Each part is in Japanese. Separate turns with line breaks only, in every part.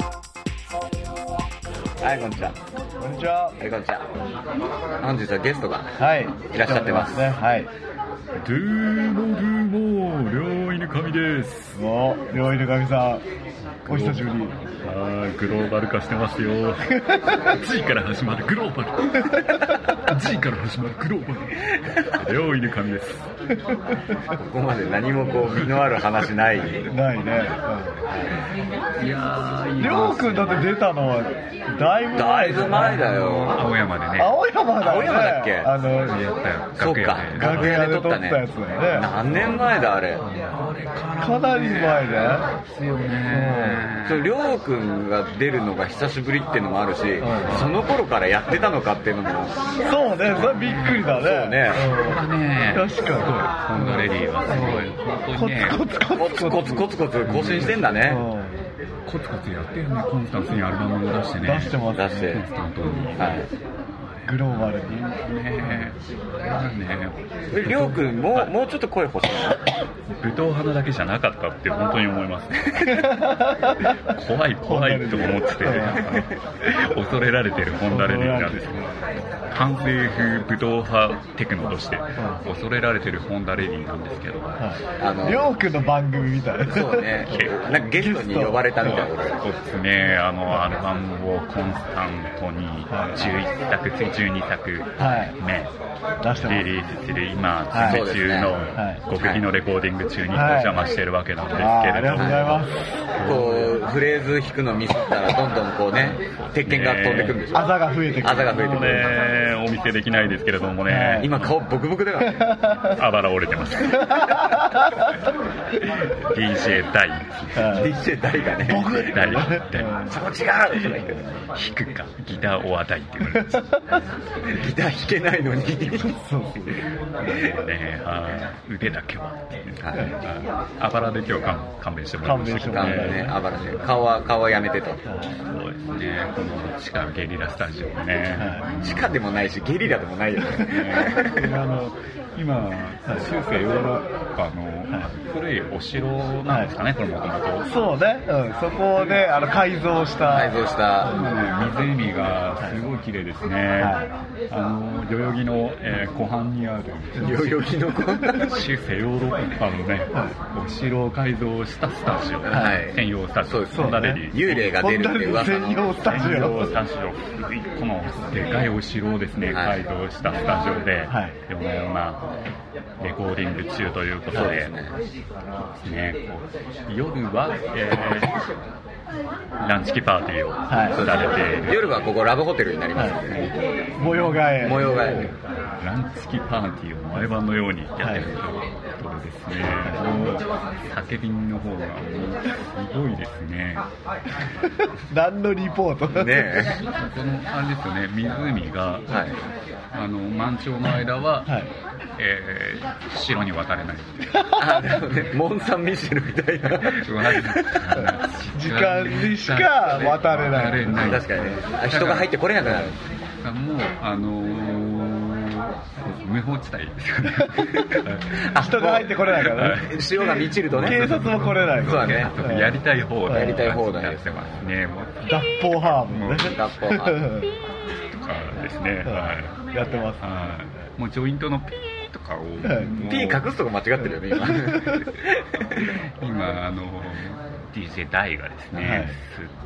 はい、こんにちは。
こんにちは。
はい、こんにちは。本日はゲストが。
はい。
いらっしゃってます
ね。はい。
ドゥーモドゥーモー、両犬神です。
もう、両犬神さん。お久しぶり。
あーグローバル化してます よ G から始まるグローバル G から始まるグローバル両犬神です
ここまで何もこう、身のある話ない。い
ないね。
いやー
う
い
ん
い
りょうくんだって出たのは、だいぶ
だ
前
い
じゃ
ぶ
ない
前だよ。
青山でね
青山だ、ね。
青山だっけ
あの、
やったよ
そうか、
楽
楽
屋
屋
で
で
撮
撮
っ
ったた
や
や
つ
つ
だよね
何年前だ、あれ。
かなり前ね。
ですよね
そう、りょうくんが出るのが久しぶりっていうのもあるし、
ん
その頃からやってたのかっていうのも、
そうね、それはびっくりだね。
そうね
まあね
確かに
すごいホンダレディはすごい本当にね
うんコツコツコ
コ
ツ
ツコツコツコツ更新してんだ
う
ね。
ん
コツコツやってるねコンスタンスにアルバムを出してね
出してます
出して
コンスタントに
はい。
グローバルに。
ねえあれはね
えりょうくん、もう、もうちょっと声欲しい。
武闘派なだけじゃなかったって本当に思います、ね、怖い怖いと思ってて恐れられてるホンダレディなんですけど反政府武闘派テクノとして恐れられてるホンダレディなんですけど、
あの
りょうくんの番組みたいな。
そうね。なんかゲストに呼ばれたみたいな。
そうですねあのアルバムをコンスタントに11作次12作
はい
目
出してます
リリース中今
はい
準備
はい
中の極秘のレコーディング中にお
はい
邪魔してるわけなんですけれども、
あーありがとうございます。
こう、フレーズ弾くのミスったら、どんどんこうね、鉄拳が飛んでくるんでしょ。
あざが増えてくる。
あざが増えて
もう
くる
ね、お見せできないですけれどもね、
今顔ボクボクだ からね。
あばら折れてます。DJ 大、
はい
DJ 大がね。
僕
大、大、
そこ違うとか言って
弾くか、ギターオア大って言われてます
ギター弾けないのに。
そうそう。
ね、あー腕だけはっていう
はい
あーあばらで今日かん勘弁してもらいましたけど
な
勘
んだ
弁してもらいま
ね、
ね。
あばらね。顔は、顔はやめてと。
そうですね、この地下ゲリラスタジオでね、
地下でもないし、ゲリラでもないよね。
これあの今、中世ヨーロッパの古いお城なんですかね、これもともと。
そうね、うん、そこをね、あの改造した。
改造 した。
湖がすごい綺麗ですね、あの代々木の、えー湖畔にある
代々木のこんな。
中世ヨーロッパのね、お城を改造したスタジオ、
はい
専用スタジ
そう
オ、
です
そんなレディ
幽霊が出るって噂
専用
の。
スタジ
専用
オ
ス。タジオ、古いこのでかいお城をですね、
はい
改造したスタジオで、
はい
夜な夜なレコーディング中ということ
そうで
で、
すね。
ねこう夜は、え ーランチキパーティーをされている、
夜はここラブホテルになりますんでね。
模様替え。
模様替え。
ランチキパーティーを毎晩のようにやってるということですね、もう酒瓶の方がもうすごいですね、
何のリポート
ね
このあれですよね、湖が、
え。はい。
あの満潮の間は、
はい
えー城に渡れないっていう
あ、でもね、モン・サン・ミシェルみた いな。
時間にしか渡れない
渡れない
確かにね。あ人が入ってこれなくなる。
もう、あのー無法地帯ですよ ね。
あ
人が入ってこれないからね。
潮が満ちるとね。
警察も来れない
そうだね。
やりたい放題
やりたい放題
やってますねもう
脱法ハームね。
脱法ハー
とかですねはい
ム。やってます。
はいもうジョイントのピーとかを
い
もう
P 隠すとこ間違ってるよね、今。
今あの DJ 大がですね、
はい
吸っ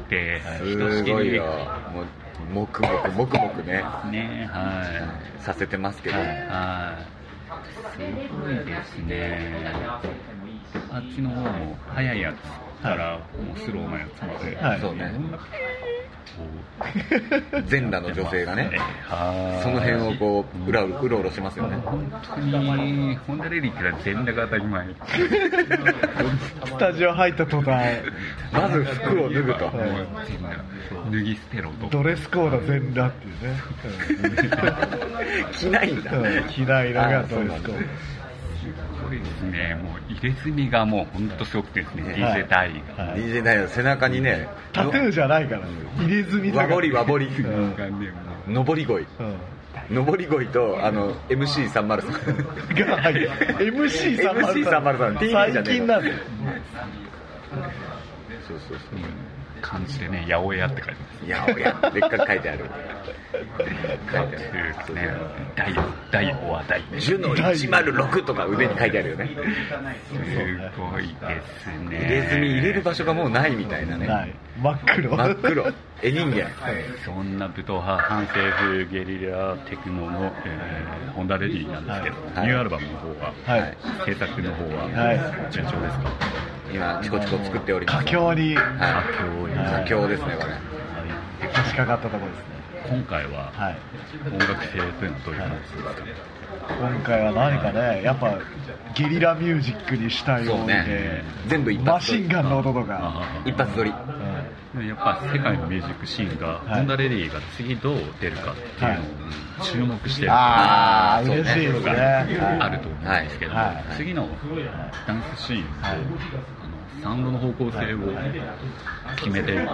てひと
す
しき
ごい
り
よ。もう、もくもく、もくもくね、
ねは
させてますけど。
いはいすごいですねあっちの方も速いやつからもうスローなやつまで、
はい
そうね
いろんなピーッと
全裸の女性がね、
はい
その辺をこう、うらうろうろうろしますよね。
本当にホンダレディってのは全裸が当たり前
スタジオ入った途端、
まず服を脱ぐと。
もう全裸脱ぎ捨てろと
ドレスコーダ全裸っていうね。
着ないんだ。
うん嫌いなのがドレスコー
これですね、もう入れ墨がもう本当すごくてですね、
はい
DJ 大が。
はい
DJ ダイの背中にね
タトゥーじゃないからね入れ墨だから
わぼりわぼり
うん
なんかね、もう
上り鯉
うん
上り鯉とあの MC303
が入 る MC303
MC303
最近なんだよ
そうそうそ
漢字でね、八百屋って書いてます。
ういやおやでっかく書いてある書いて
と
あ
い
る
うかね、大、大王は大。す
ジュの106とか腕に書いてあるよね
ごいですね。
入れ墨入れる場所がもうないみたいなね、
はい真っ黒
真っ 黒絵人間
そんな武闘派反政府ゲリラテクノの、えーホンダレディなんですけど、
はい
ニューアルバムの方は、
はい
制作の方は、
は
順調ですか
今チコチコ作っておりま
佳
す
境に
はい
佳境に
佳境ですねこれ
はい
差し掛かったところですね
今回は、
はい
音楽性というのはどういう感じですか、
今回は何かねやっぱゲリラミュージックにしたいよ
そう
う
ね
で
全部一
マ
発撮
シ
り
ンガンの音とか
あ
一発撮り
うん
あやっぱ世界のミュージックシーンが、
はい
ホンダレディが次どう出るかっていうのを注目してる、
ああ
そうね
嬉しいですね
あると思うんですけど、
はいはい
次のダンスシーンと、あのサウンドの方向性を決めていく、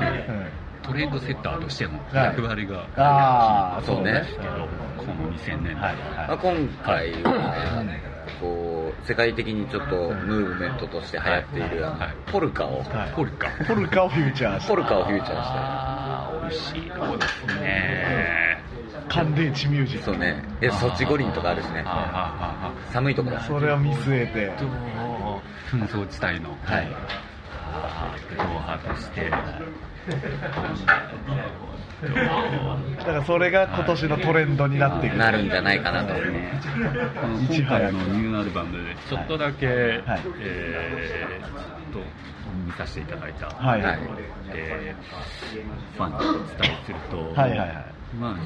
トレンドセッターとしての役割が
ああ
そうね
けど、この2000年代、
はい
まあ、
は
今回はね、こう世界的にちょっとムーブメントとして流行っているあの
はい
ポルカを、
はい
ポルカ。
いポルカをフューチャーし
ポル
た
カをフューチャーし
ああ、美味しいとこですね。
乾電池ミュージ
て
ッ
そう
ク
ねでソチ五輪とかあるしね
あああああ
寒いとこだし
それを見据えて
あと紛争地帯の、
はい
あードーハとして、
だからそれが今年のトレンドになっていく
なるんじゃないかなと
ね、この
いち
今
早
回
く
のニューアルバムでちょっとだけ、
はい
えーちょっと見させていただいた、
はい
はい
でファンにお伝えすると、
はいはいはい
まあ、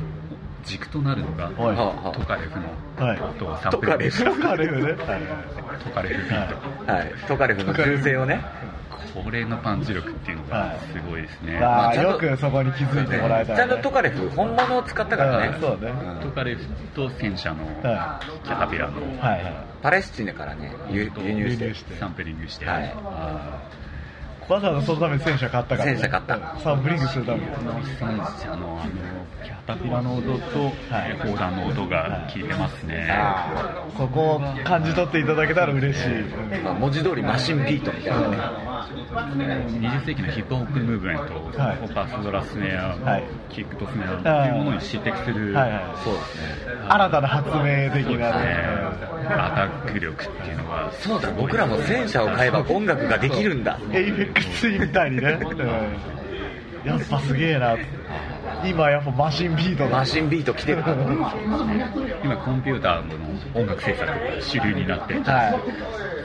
軸となるのが、
はい
はあはあ
トカレフの
はい
音をサンプ
トカレ
ル
フ
トカレフねはい
トカレフビート。
はいトカレフの銃声をね
これのパンチ力っていうの
は
が
い
すごいですね、
あ
ち
ー
ゃんと
よくそこに気づいてもらえ
ち
た
ゃ
ら
ん
ね
とトカレフ本物を使ったからね
うんそうね
ん
トカレフと戦車のキ
は
ャタピラの
はいはい
パレスチナからね輸輸入し
輸
て
入して
サンプリングして、
はい
あ
わざわざそのために戦車買ったからね
戦車買った
サンプリングするために
ーこの戦車のあのキャタピラの音と、
はい
えー砲弾の音が効いてますね、
そこを感じ取っていただけたら嬉しい、うん
まあ、文字通りマシンビートみたいなね
20世紀のヒップホップムーブメントを、
はい
オパスドラスネア、
はい
キックとスネアっていうものに匹敵する、
はいは
そうですね
い、新たな発明的
そうですね
な、
アタック力っていうのがすご
そ
いう
だ僕らも戦車を買えば音楽ができるんだ
エイフェックスみたいにね、うんやっぱすげえなって今やっぱマシンビートだ
マシンビート来てる
今コンピューターの音楽制作が主流になって、
は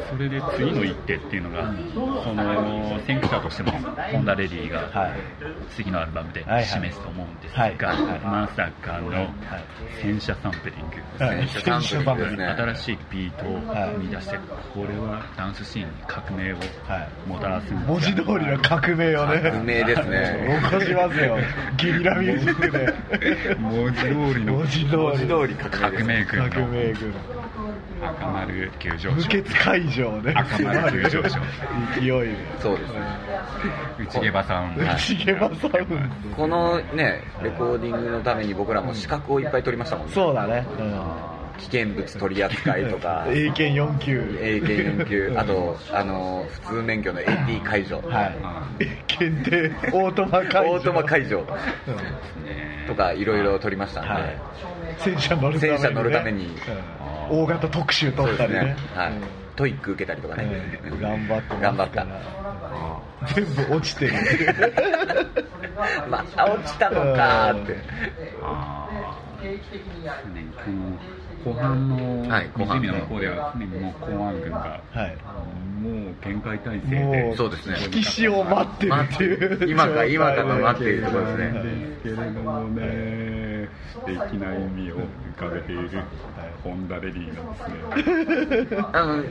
それで次の一手っていうのが、その先駆者としてのホンダレディ
いは
が
い
次のアルバムで
はい
示すと思うんです
はい
が
はい、
まさかの戦車サンプリン
は
グ。
い
戦車サンプルですね
新しいビートを生み出して、これはダンスシーンに革命をもたらすんじゃ
文字通りの革命をね
革命ですね
起こしますよゲリラミュージックで
文字通りの
文字通
文字
り
通り革命
革命軍
革
の
命軍
赤丸急上
無
昇
血会場ね
赤丸急上昇
勢いで
そうですね
内毛場さんが
内毛場さん
このねレコーディングのために僕らも資格をいっぱい取りましたもんね
そうだね、
危険物取り扱いとか
うん、英検4級
英検4級 あとあの普通免許の AT 解除、
はい検定オートマ解除
オートマ解除
うん
とかいろいろ取りましたんで、
はい戦車乗るために、ね、
戦車乗るために
うん大型特集
そうで
取った
す
り
ね
ね、
はい、トイック受けたりとか
う
ね、
ん
うん
頑張ってます
頑張った
た全部落ち てる
まあ落ちたのかーって
あー常にこの後半の
はい後半
湖の向こうでは常にもう公安軍が
はい
もう限界態勢
も
で
う
そうですね
月死を待ってるっていう
今か
状態
今かと待っているところですね
ですけれどもね素敵な意味を浮かべているホンダレディがですね
あの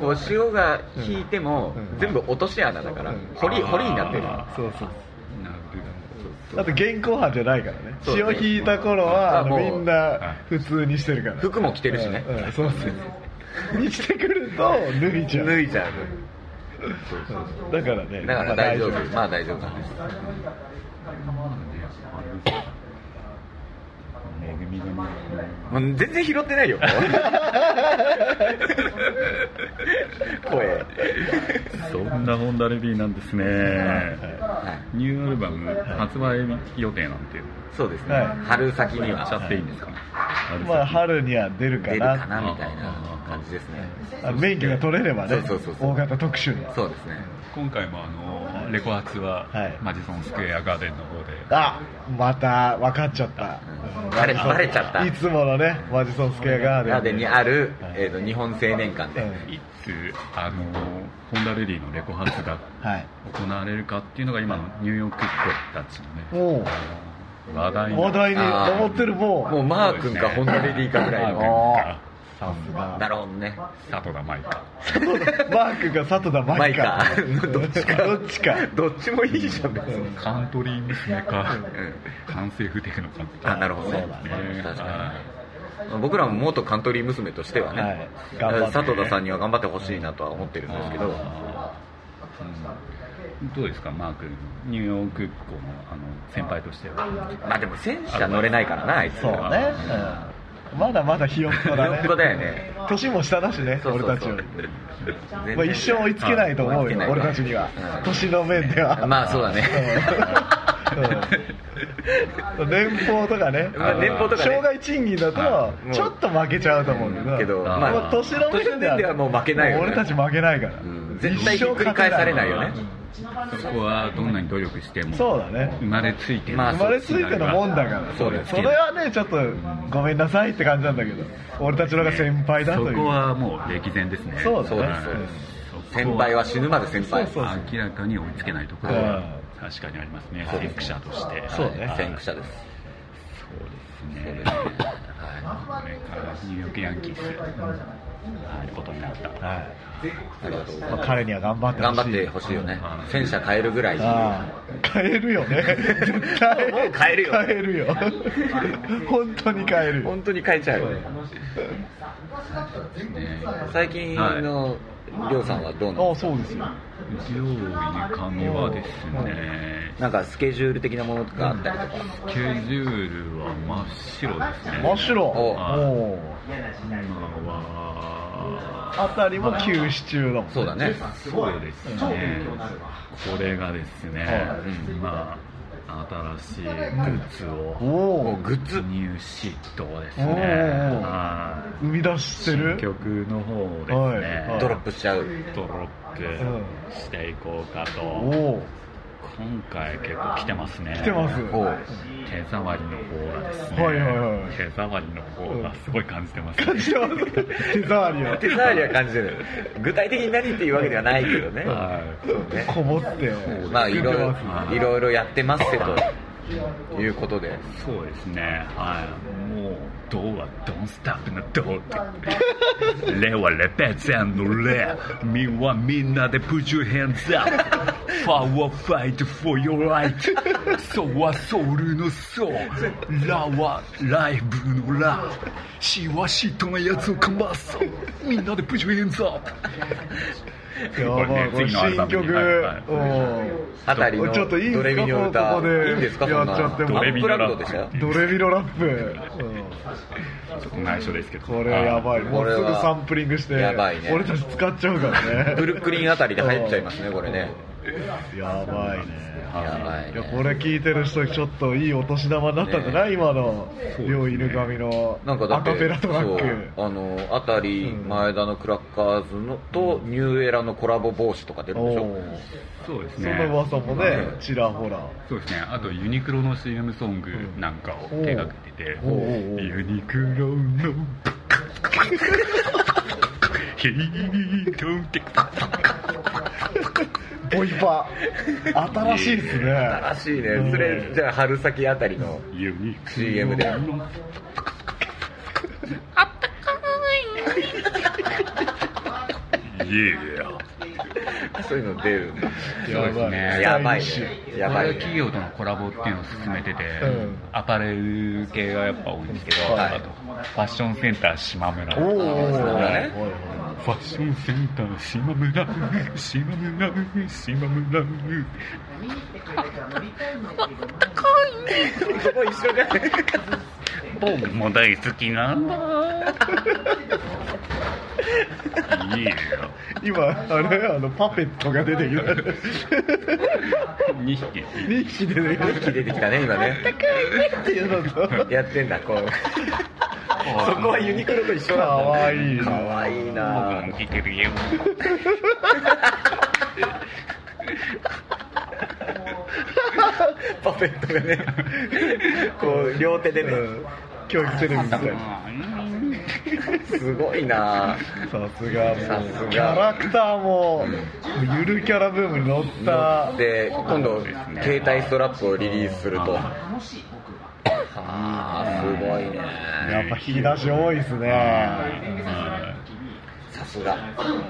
こう潮が引いても、
うん
全部落とし穴だから、
うん
堀堀になってる
あ
そうそう
なる
だって現行犯じゃないからね
そう
血
そう
を引いた頃
あ
は
もう
みんな普通にしてるから
服も着てるしね
うんうんそうそうにしてくると脱いちゃう
脱いちゃう
だからね
だか
まあ
ら大丈夫まあ大丈夫なんです
恵みの
もう全然拾ってない よ声
そんなホンダレビーなんですね。
はい
ニューアルバム発売予定なんて言
そうですね、
はい
春先には
っちゃっていいんですかね。
まあ春には出るか
出る
な
かなみたいな感じですね
あ免許が取れればね
そうそうそうそう
大型特集の
そうですね
今回もあのレコ発は
はい
マジソンスクエアガーデンの方で。
あまた分かっちゃった、
うんバレバレちゃった
いつものねマジソンスクエアガーデン
ガーデンにある、
はい
えー、と日本青年館で、
うん
いつあのホンダレディのレコ発が
はい
行われるかっていうのが今のニューヨークっ子たちのね
もう
話題の
話題に上ってるも
もう
う
マー君かホンダレディかぐらい
マー
の
君
あ
か
ーさすが
だろうね
佐藤田舞か
マークが佐藤だマ
マ
イ
イ
カ
カ どっちか
どっちか
どっちもいいじゃん別に、うん
カントリー娘か完成不テクノか
あなるほどね
そうだ
ね
確
は
かに僕らも元カントリー娘としてはね、
はい頑張って
佐藤田さんには頑張ってほしいなとは思ってるんですけど
あーうんどうですかマー君ニューヨークっ子のあの先輩としては
まあでも戦車乗れないからなあいつ
そうね、うんまだまだひよっこだね
ひよっこだよね
年も下だしね
そうそうそう
俺たちより
全然
まあ、一生追いつけないと思うよ、
はい
俺たちには、
うん
年の面では、
まあそうだね
うんうん年俸とかね、
まあ年俸とかね
障害賃金だ
は
と、
い
ちょっと負けちゃうと思うんだけど、
けど
あー
ま
もう
あ
年の面では
年の面ではもう負けないよね
もう俺たち負けないから、
うん絶対ひっくり返されないよね
一生勝て
そこはどんなに努力しても
そうだね
生まれついての
まあ
生まれついてのもんだから
そうだよ
れはねちょっとごめんなさいって感じなんだけど俺たちの方が先輩だという
そこはもう歴然ですね
そうだね
そうですそうで
うん
先輩は死ぬまで先輩
そうそうそう
明らかに追いつけないところ
う
は
ん
確かにありますね
そうです
先駆者として
そうね
先駆者です
そう
そう
です
です
ね
ね
はいこれからニューヨークヤンキース入ることになった
はい
ありがとうござい
ま
ま
あ
す
彼には頑張ってほし
頑
い
張ってほしいよね戦車変えるぐらい
ああ買えるよね絶対
もう買えるよ
買えるよ本当に買える
本当に変えちゃうよね
ね
最近のりょうさんはどうな
あ
の
あそうですよ
料理の紙はですね
なんかスケジュール的なものがあったりとか
スケジュールは真っ白ですね
真っ白
お
もう
今は
あたりも休止中だもん
そうだね
そうですね、これがですね、まあ、新しいグッズ
お
を
お
グッズ
入シートです
お
ね
ー、
はい
生み出してる
新曲の方をですね、
はい
ドロップしちゃう
ドロップしていこうかと、
おお
今回結構来てますね。
来てます
おう
手触りの方がですね、
はいはいはい
手触りの方がすごい感じてますね。
感じてます手触りを
手触りは感じてる具体的に何っていうわけではないけどね
はい
そうね
こもって
まあいろいろ
はい
いろいろやってますけどいうことで
そうですね、はい、もう、ドはドンスタップのド って、レはレペゼンのレ、ミはみんなで put your hands up、ファはファイト for your right、ソはソウルのソ、ラはライブのラ、シはシートのやつをかますぞ、みんなで put your hands up。
やばいこれ
次のアル
新
バム
曲
にはいはい
うん
あたりの
ちょっといいです
ド
か
レミの歌
ここで
いいんですかそんな
やっちゃっても
アップランドでしたよ
ドレミのラップ、 うん
ちょっと内緒ですけど。
これやばいも
こ
う
れ
す
は
ぐサンプリングして
やばいね
俺たち使っちゃうからね
ブルックリンあたりで入っちゃいますねこれね
やばいね
やばい
いや
ね
これ聞いてる人ちょっといいお年玉になったんじゃない、今の
そう
両犬神の
なんかだ
ア
って
カペラトラッ
そ
ク
うあのあたり前田のクラッカーズのとニューエラのコラボ帽子とか出るんでし
お
ょ
ー
そうです
そん
ね。
な噂もね
ね
ちらほら
そうですね、あとユニクロの CM ソングなんかを手がけてて、
おうおうおう
ユニクロのヒートンテク
ボイパ新しいですね
新しいねそれじゃあ春先あたりの
ユニク
CM で
ロイエー
そういうの出る
そうですね
やばい
スタイリッシュ
ねや
や
ば
ば
いね
い企業とのコラボっていうのを進めてて、
うん
アパレル系がやっぱ多いんですけど、
はい
あとファッションセンター島村。
お
フ
お
そうだね
ァッションセンター島村、島村、島村。
そこ一緒じゃない
僕も大好きなんだ。いいよ。
今あれあのパペットが出て きた
2匹。
2匹出てきた
一気出てきたね、今ね。
っていうのと
やってんだ、こう。そこはユニクロと一緒
か
なんだ。
わいい
か
な
わいい
僕
な
も来てるよ。
パペットがね、 こう、両手でね、
教育テレビみたいな
すごいな
さすが
さ
も
す
う
が
キャラクターももうゆるキャラブームに乗った
で、今度、携帯ストラップをリリースすると。あー、すごいね。
やっぱ引き出し多いですね
さすが。
やっぱこの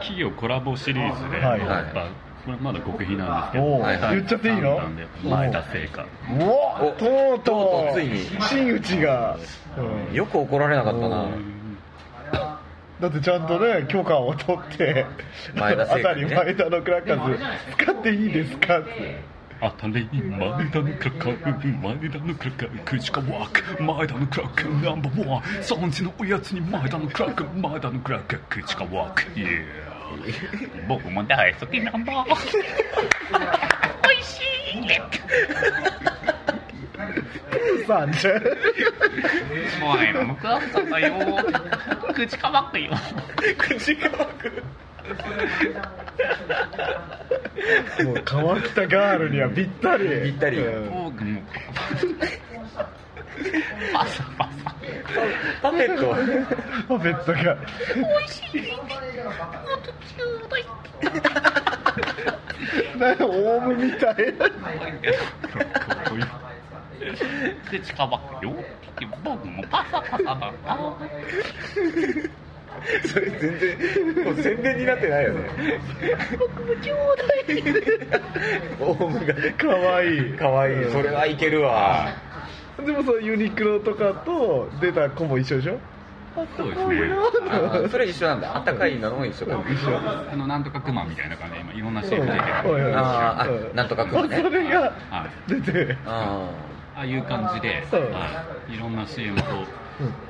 企業コラボシリーズで、
はい
やっぱこれまだ極秘なんですけ
お
ど
お、
はいはい
言っちゃっていいの
なんで前田製菓
おお
お
とう
と
と
うとう
う
ついに
真打ちが、うん
よく怒られなかったな。
だってちゃんとね許可を取って
前田
あ
製菓
た
に
り
ね
前田のクラッカーズ使っていいですかって
あたり前田のクラッカー前田のクラッカーくじかワーク前田のクラッカーナンバーワン3時のおやつに前田のクラッカー前田のクラッカーくじかワークイエー 僕も大好きナンバーワンおいしい
プーさんじゃん
前のクラッカーだよくじかワークよ
口乾く。
もう川北ガールにはぴったり
ぴったり
うん
僕もパサパサ
パペット。
パペットがなんかオウムみたい
で近場よ僕もパサパサだな
それ全然もう宣伝になってないよね僕もちょうだいオウムがね
かわいい
かわいいそれはいけるわ
でもそのユニクロとかと出た子も一緒でしょ
そうですね
あそれ一緒なんだあったかいのも一緒か
あのなんとかクマみたいな感じで今いろんなシェイプ出
うん
て
うん
る
あーあ
うん
なんとかくんね
それが
はい
出て
あ
ああいう感じで、
うん
はい、いろんな CM と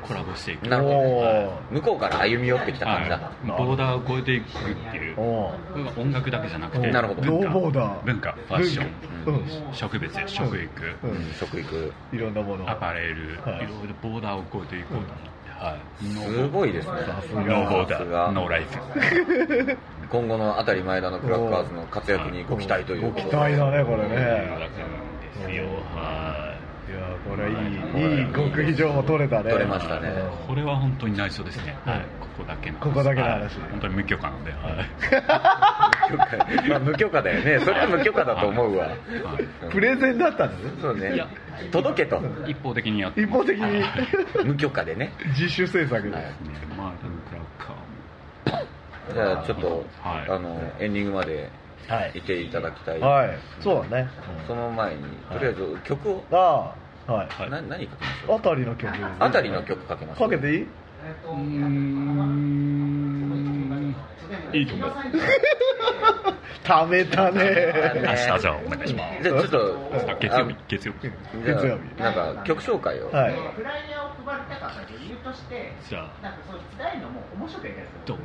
コラボしていく
あなるほどね
お
向こうから歩み寄ってきた感じだ
はい、ボーダーを越えていくっていうこ
おう
れが音楽だけじゃなくて
なるほど
ノーボーダー
文化ファッション
うん
うん
植物食育、
うん
うん食育
いろんなもの
アパレル、
はい
い、ろいろボーダーを越えていこうと思って、はい、
すごいですね
ノーボーダ
さす
ー
が
ノーライフ
今後のあたり前田のクラッカーズの活躍にご期待ということ
ご期待だねこれ
とい
ね
うわけなんですよはい
やーこれいいいい極秘情報取れたね
取れましたね
これは本当に内緒ですね、はい、ここだけの話
ここだけの話
はい本当に無許可なんで、はい
まあ無許可だよねそれは無許可だと思うわ
はい
うん
プレゼンだったんです
そう
い
ね
や
届けと
一方的にやって
一
ます
方的に
無許可でね
自主制作で、
はい
まあでもクラッカーも
じゃあちょっと、
はい
あのエンディングまで
はい
ていただきたい、
はい、そうだね。
その前にとりあえず曲を、
ああ、はい。
はい
な何かけましょ
あたりの曲。
うあたりの。曲かけましょ
か
う
けていいう
ーんいいと思う
ためた
た
ね。
ね
明日じゃあお願いします
じゃあちょっと
明日月曜日月曜日
じ
月曜
ゃ
日
あなんか曲紹介を、
はい。
フライヤーを配りたかった理由として、
じゃあ
なんかそう伝えるのも面白くないですよ。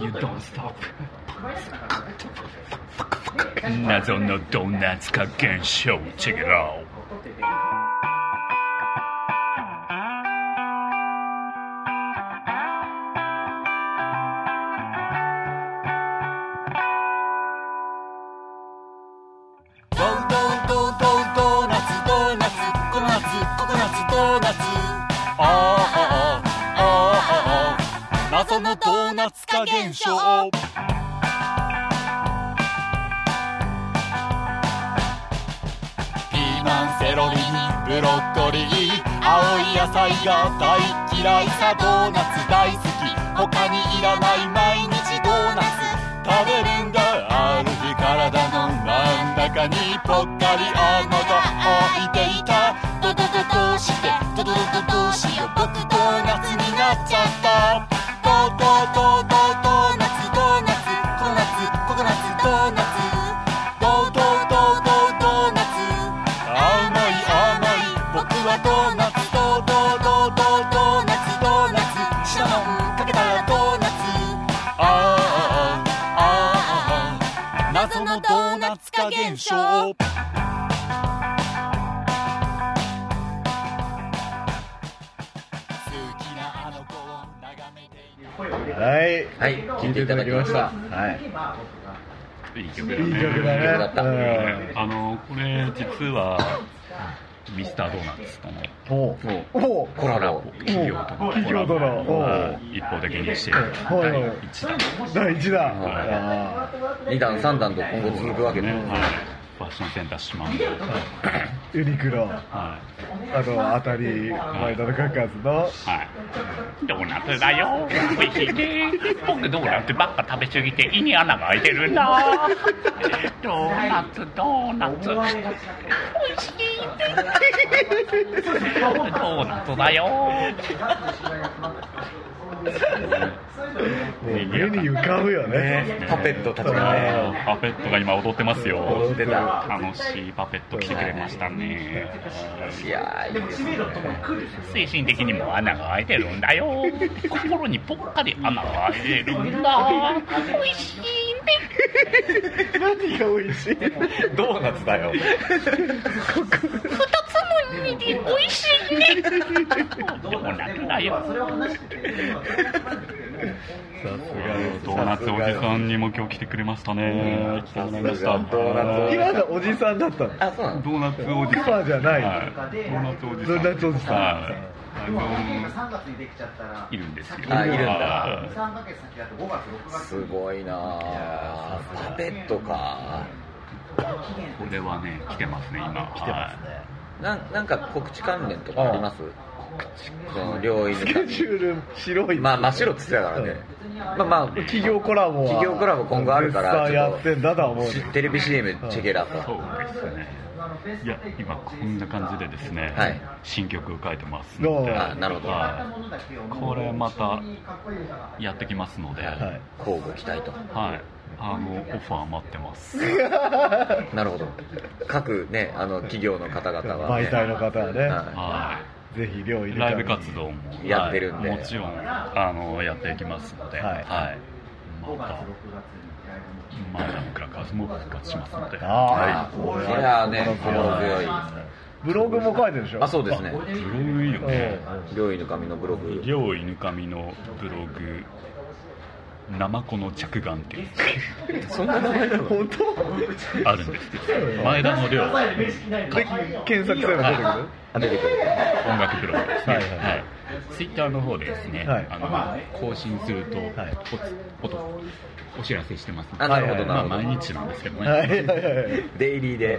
Donuts You don't stop
配りたかったんですよ
謎のドーナツ化現象チェケラー
ドードードードードーナツドーナツココナツココナツドーナツあーあーあーあーあー謎のドーナツ化現象ピーマンセロリにブロッコリー青い野菜が大嫌いさドーナツ大好き他にいらない毎日ドーナツ食べるんだある日体の真ん中にぽっかり穴が開いていたドドドドうし現象好きなあの子を眺めていた
声を入れた
はい。
はい聞いていただきました
はい。
いい曲だ
いい
い
曲
ね
い曲だっ
だ
た
ね。
あのこれ実はミスタードーナツとの
うん。おうおう。
コラボ
企業とのコラボを一方的にしている
おう
第1弾
第一弾。
はい
あ
2段3段と今後続くわけで
ね、はい、ファッションセンター島村、
ーユニクロ、
は
あの、あたり、前田のカカズの。
い、はい、ドーナツだよ、美味しいね、僕、ドーナツばっか食べ過ぎて、胃に穴が開いてるん だ、ドーナツ、ドーナツ、美味しいね、ドーナツだよ、
もう目に浮かぶよね。
パペットたちがね
パペットが今、踊ってます
踊
よ
っ。てた
楽しいパペット来てくれましたね。
いやーいいですね
精神的にも穴が開いてるんだよ心にぽっかり穴が開いてるんだおいしいね
何が美味しい
ドーナツだよ
二つの意味でおいしいねドーナツだよ
それを話してて、今
ドーナツおじさんにも今日来てくれましたね来てもらいまし
ド
た
ーナ
今のおじさんだったの。
あそうなの
ドーナツおじさん
熊じゃない
はいドーナツおじさん
ドーナツおじさん
はい
3月にできちゃったら、
いるんですよ
あいるんだ
はい
3ヶ月先だと5月、6月。
すごいなあパペットか
これはね来てますね今来てますね
なんなんか告知関連とかありますその領域
スケジュール白い。
まあ真っ白っつってたからねまあまあ
企業コラボは
企業コラボ今後あるから
絶対やってんだとは思うね
テレビ CM チェケラ
そ
と
うですね。いや、今こんな感じでですね、
はい
新曲を書いてます
ど
の
う
で、
あなるほど
はこれまたいやってきますので、はい、
はい
交互期待と
あの、オファー待ってます。
なるほど各ねあの企業の方々は、ね、
媒体の方はね、
は
は
ぜひ量入れ
い。
て
ライブ活動も
やってるんで
はいもちろんあのやっていきますので、
は
はいい。また前田のクラカーズも復活しますので、
ああ、
い、いやーね心強い
ブログも書いてるでしょ
あそうですね
ブログいいよね。
領域の髪のブログ
両犬神のブログ。ナマコの着眼っていう
そんな名前なの
本当
あるんですけど前田の寮
で検索すれば出てくる
あ出てくる
音楽ブログです
は
ね、はいい
はい
ツイッターの方でですね、
はい
あの更新すると
はい
おおとお知らせしてますので
あなるほど
ま
な
あ、
るほど
毎日なんですけどね、
は
はいい
はいはい
デイリーで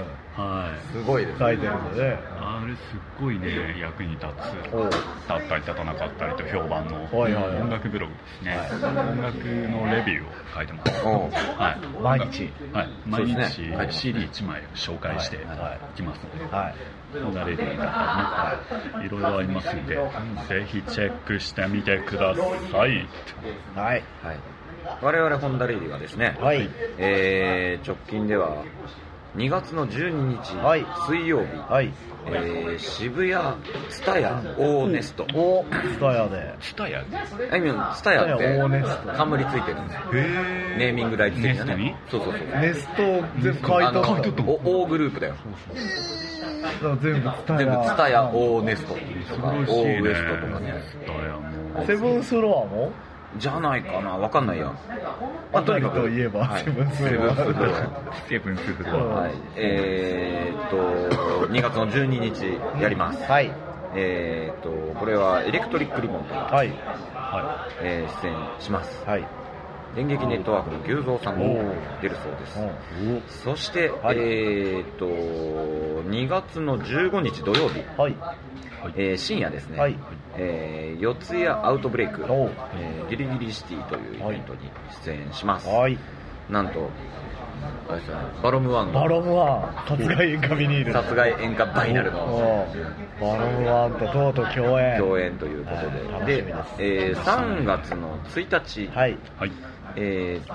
すすごいです
書
ね
いてるんでね
あれすっごいね役に立つ
おう
立ったり立たなかったりと評判の
はいはいはい
音楽ブログですね、音楽のレビューを書いてます、
おう
はい
毎日
はい、
そう
毎
ですね
日
はい
CD1 枚を紹介していきますので、
はい
慣れてる方ね、いろいろありますんで、ぜひチェックしてみてください。
はい
はい我々ホンダレディはですね、
はい
えー直近では2月の12日、
はい
水曜日、
はい
えー渋谷ツタヤオーネスト
おスタヤで
スタヤ
あいみょんツタヤっ
ツタヤオーネ
て
スト
冠ついてるんですネーミング大事的だね
ネ
そうそうそう
ネストを全部買い取
買い取
っ
ったた
お O グループだよ
の全部スタ
全部ツタ
ヤ
ヤオーネストとかオ
すごい
ー
し
ウ
ね
エストとかね
スタヤも。
セブンスロアも
じゃないかなわかんないや
あたりといえば
はい
セブンスロア
セブンスロア
セブンスフ
ロア
はい、えーっと2月の12日やります、
はい
えーっとこれはエレクトリックリボンとか、
はい
は
えー出演します
はい
電撃ネットワークの牛蔵さんも出るそうです、そして、
はい
えーっと2月の15日土曜日、
はい
えー深夜ですね、
はい
えー四谷アウトブレイク、
おう
えーギリギリシティというイベントに出演します、
はい
なんとあれですねバロムワン
バ
の
ロムは殺害演歌ビニール
殺害演歌バイナルの
うんバロムワンととうとう共演
共演ということで、
はい楽しみです
えー3月の1日、
はい
はい。
えー、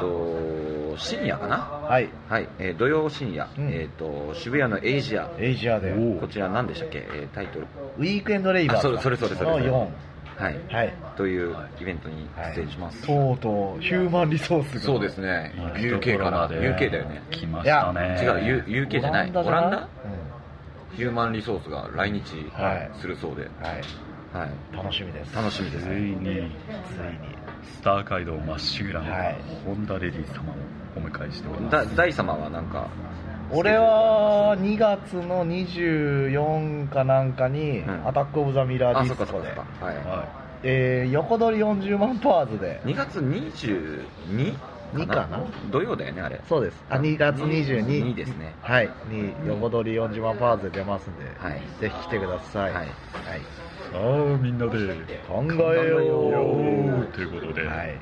と深夜かな、
はい
はいえー土曜深夜、
うん
えー、と渋谷のエイジア、
エイジアで
こちら、何でしたっけ、えータイトル、
ウィークエンドレイバー
あそれそれそれそれ
の4
はい、
はい
というイベントに出演します、
とうとうヒューマンリソースが
そうですね
いいとこ
UK
ろ
か
ま
な
で
UK だよね
来ましたね。
違う、U、UK じゃないオランダ
う
ヒューマンリソースが来日
はい
するそうで、
んはい
はい
楽しみです
楽しみで
つ
す
い
ね
に、
ついに
スター街道まっしぐらの、
はい
ホンダレディ様をお迎えしておりま
だ
す。
大様はなんか
俺は2月の24かなんかに、
うん
アタック・オブ・ザ・ミラー
あ
デ
そ
ィ
っ
ス
かそ
コ
っかそっ
で、
かは
は
えー横取り40万パワーズで
い2月22
二かな
土曜だよねあれ
そうですあ2月22
2ですね
はいに横取り40万パワーズで出ますんで、
はい
ぜひ来てください、
はい
はい
い。さあ、みんなで、よ
考えよ
ーということで、
うはい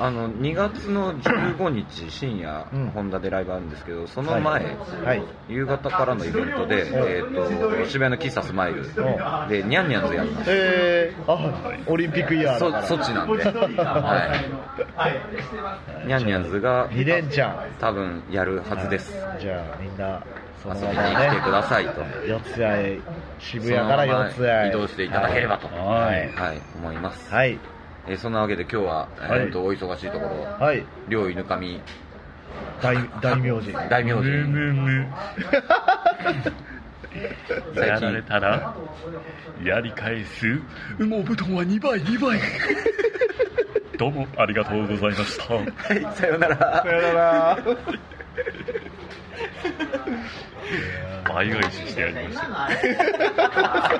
あの2月の15日深夜、
うん
ホンダでライブあるんですけどその前、
はい
夕方からのイベントで、えー、と渋谷の喫茶スマイルでニャンニャンズやります
えー、あオリンピックイヤーだから
そそっち なんで、はい、ニャンニャンズが
2連チャン
多分やるはずです
じゃあみんなそ
遊
の
び
ま
に
ま
来てくだ
ね
さいと
四ツ谷渋谷から四ツ
そのまま
谷
移動していただければと
は
はいい
はい思います、
はい
えーそんなわけで今日は、えー、とお忙しいところ
はい
両犬神
大大名人
大名
む
人
むむ。やられたら、やり返す、羽毛布団は2倍、2倍。 どうもありがとうございました。
はいさようなら
さよなら
倍返ししてやりました。
今のあれ